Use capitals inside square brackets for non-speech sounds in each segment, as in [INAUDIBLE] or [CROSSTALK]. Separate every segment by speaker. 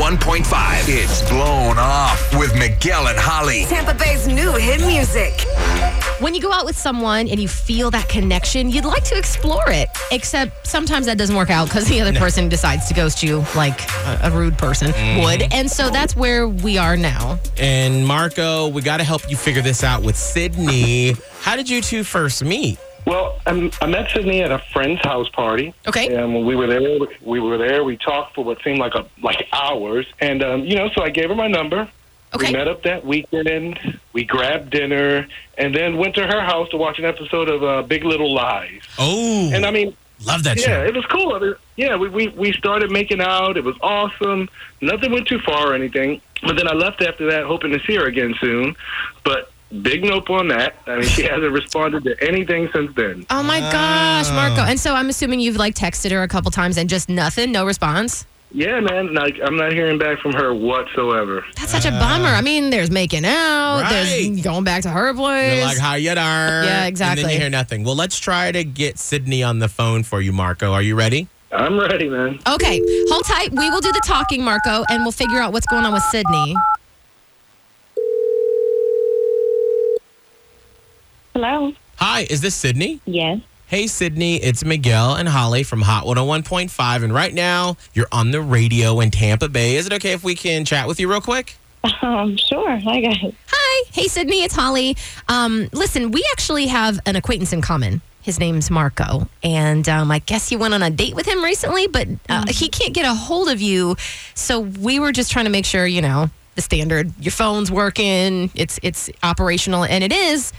Speaker 1: 101.5. It's blown off with Miguel and Holly.
Speaker 2: Tampa Bay's new hit music.
Speaker 3: When you go out with someone and you feel that connection, you'd like to explore it. Except sometimes that doesn't work out because the other person decides to ghost you like a, a rude person
Speaker 4: Mm-hmm.
Speaker 3: would. And so that's where we are now.
Speaker 4: And Marco, we got to help you figure this out with Sydney. How did you two first meet?
Speaker 5: Well, um, I met Sydney at a friend's house party.
Speaker 3: Okay.
Speaker 5: And when we were there, we were there. We talked for what seemed like a, like hours, and um, you know, so I gave her my number.
Speaker 3: Okay.
Speaker 5: We met up that weekend. We grabbed dinner, and then went to her house to watch an episode of uh, Big Little Lies.
Speaker 4: Oh,
Speaker 5: And I mean,
Speaker 4: love that
Speaker 5: yeah,
Speaker 4: show.
Speaker 5: it was cool. I mean, yeah, we, we we started making out. It was awesome. Nothing went too far or anything. But then I left after that, hoping to see her again soon. But big nope on that. I mean, she [LAUGHS] hasn't responded to anything since then.
Speaker 3: Oh my
Speaker 4: Ah.
Speaker 3: gosh, Marco. And so I'm assuming you've like texted her a couple times and just nothing, no response.
Speaker 5: Yeah, man. Like I'm not hearing back from her whatsoever.
Speaker 3: That's such a bummer. I mean, there's making out, there's
Speaker 4: Ah. Right.
Speaker 3: going back to her place.
Speaker 4: You're like, how you darn?
Speaker 3: Yeah,
Speaker 4: And then
Speaker 3: exactly.
Speaker 4: you hear nothing. Well, let's try to get Sydney on the phone for you, Marco. Are you ready?
Speaker 5: I'm ready, man.
Speaker 3: Okay, hold tight. We will do the talking, Marco, and we'll figure out what's going on with Sydney.
Speaker 6: Hello.
Speaker 4: Hi, is this Sydney?
Speaker 6: Yes. [LAUGHS]
Speaker 4: Hey, Sydney, it's Miguel and Holly from Hot 101.5. And right now, you're on the radio in Tampa Bay. Is it okay if we can chat with you real quick?
Speaker 6: Um. Sure. Hi guys.
Speaker 3: Hi. Hey, Sydney, it's Holly. Um, listen, we actually have an acquaintance in common. His name's Marco. And um, I guess you went on a date with him recently, but uh, he can't get a hold of you. So we were just trying to make sure, you know, the standard your phone's working, it's it's operational, and it is.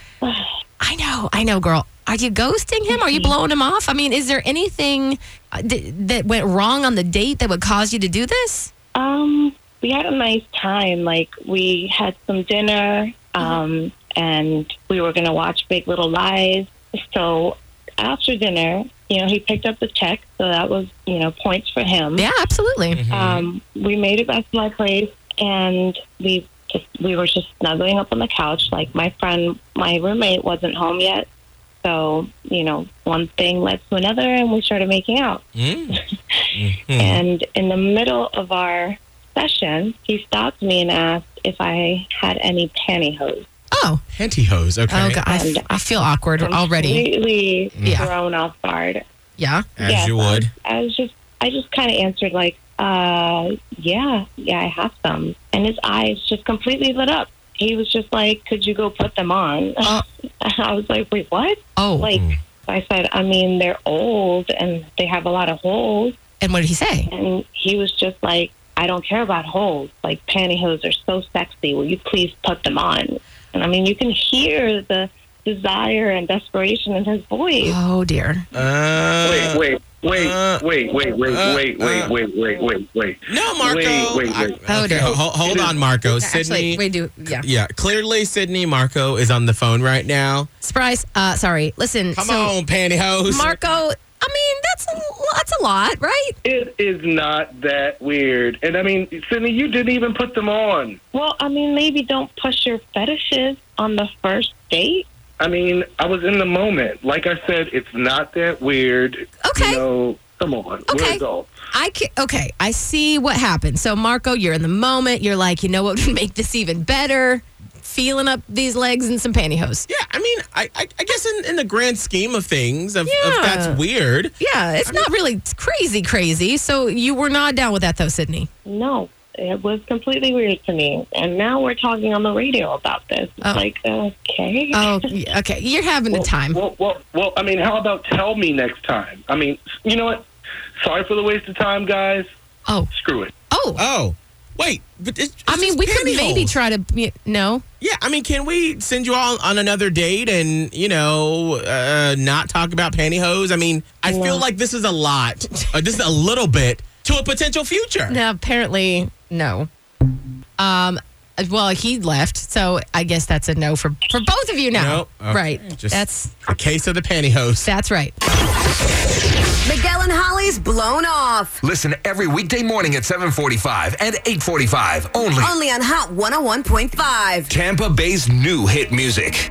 Speaker 3: I know, I know, girl. Are you ghosting him? Are you blowing him off? I mean, is there anything uh, d- that went wrong on the date that would cause you to do this?
Speaker 6: Um. We had a nice time. Like we had some dinner. Um. And we were gonna watch Big Little Lies. So after dinner, you know, he picked up the check, so that was you know points for him.
Speaker 3: Yeah, absolutely.
Speaker 6: Um. We made it back to my place, and we just we were just snuggling up on the couch. Like my friend, my roommate wasn't home yet. So, you know, one thing led to another, and we started making out.
Speaker 4: Mm.
Speaker 3: Mm-hmm.
Speaker 4: Mhm.
Speaker 6: And in the middle of our session, he stopped me and asked if I had any pantyhose.
Speaker 3: Oh,
Speaker 4: Pantyhose, okay.
Speaker 3: Oh, God. I, f- I feel awkward already.
Speaker 6: Completely
Speaker 3: Yeah.
Speaker 6: thrown off guard.
Speaker 3: Yeah.
Speaker 4: As
Speaker 6: Yes.
Speaker 4: you would.
Speaker 6: I was just, I just kind of answered like, uh, yeah, yeah, I have some. And his eyes just completely lit up. He was just like, could you go put them on?
Speaker 3: Uh.
Speaker 6: [LAUGHS] I was like, wait, what?
Speaker 3: Oh,
Speaker 6: Like, I said, I mean, they're old and they have a lot of holes.
Speaker 3: and what did he say?
Speaker 6: And he was just like, I don't care about holes. Like, pantyhose are so sexy. Will you please put them on? And I mean, you can hear the desire and desperation in his voice.
Speaker 3: Oh dear.
Speaker 4: Uh,
Speaker 5: Wait, wait, wait,
Speaker 4: uh,
Speaker 5: wait, wait, wait,
Speaker 4: uh,
Speaker 5: wait, wait,
Speaker 4: uh.
Speaker 5: wait, wait, wait, wait.
Speaker 4: No, Marco.
Speaker 5: Wait, wait, wait.
Speaker 3: Oh,
Speaker 4: okay,
Speaker 3: dear.
Speaker 4: ho- hold on, Marco. Sydney.
Speaker 3: Actually, we do. Yeah.
Speaker 4: Yeah, clearly Sydney Marco is on the phone right now.
Speaker 3: Surprise. Uh, sorry. Listen.
Speaker 4: Come
Speaker 3: so,
Speaker 4: on, pantyhose.
Speaker 3: Marco. I mean, that's a, lo- that's a lot, right?
Speaker 5: It is not that weird. And I mean, Sydney, you didn't even put them on.
Speaker 6: Well, I mean, maybe don't push your fetishes on the first date.
Speaker 5: I mean, I was in the moment. Like I said, it's not that weird.
Speaker 3: Okay.
Speaker 5: You know, come on.
Speaker 3: Okay.
Speaker 5: We're adults.
Speaker 3: I can, okay. I see what happened. So Marco, you're in the moment. You're like, you know what would [LAUGHS] make this even better? Feeling up these legs and some pantyhose.
Speaker 4: Yeah, I mean, I, I, I guess in, in the grand scheme of things, of,
Speaker 3: Yeah.
Speaker 4: of that's weird.
Speaker 3: Yeah, it's not really it's crazy, crazy. So you were not down with that though, Sydney.
Speaker 6: No, it was completely weird to me. And now we're talking on the radio about this. It's
Speaker 3: Oh.
Speaker 6: like, okay.
Speaker 3: Oh, yeah, okay. You're having a time.
Speaker 5: Well, well, well, I mean, how about tell me next time? I mean, you know what? Sorry for the waste of time, guys.
Speaker 3: Oh,
Speaker 5: Screw it.
Speaker 3: oh.
Speaker 4: Oh, wait. But it's, it's
Speaker 3: I mean,
Speaker 4: just
Speaker 3: we could
Speaker 4: pantyhose.
Speaker 3: maybe try to. y- No.
Speaker 4: Yeah, I mean, can we send you all on another date and, you know, uh, not talk about pantyhose? I mean, I feel like this is a lot, or this is a little bit to a potential future.
Speaker 3: No, apparently, no. Um, well, he left, so I guess that's a no for for both of you now.
Speaker 4: Nope. Okay.
Speaker 3: Right?
Speaker 4: Just
Speaker 3: that's
Speaker 4: a case of the pantyhose.
Speaker 3: that's right.
Speaker 2: Miguel and Holly's blown off.
Speaker 1: Listen every weekday morning at 745 and 845 only.
Speaker 2: Only on Hot 101.5.
Speaker 1: Tampa Bay's new hit music.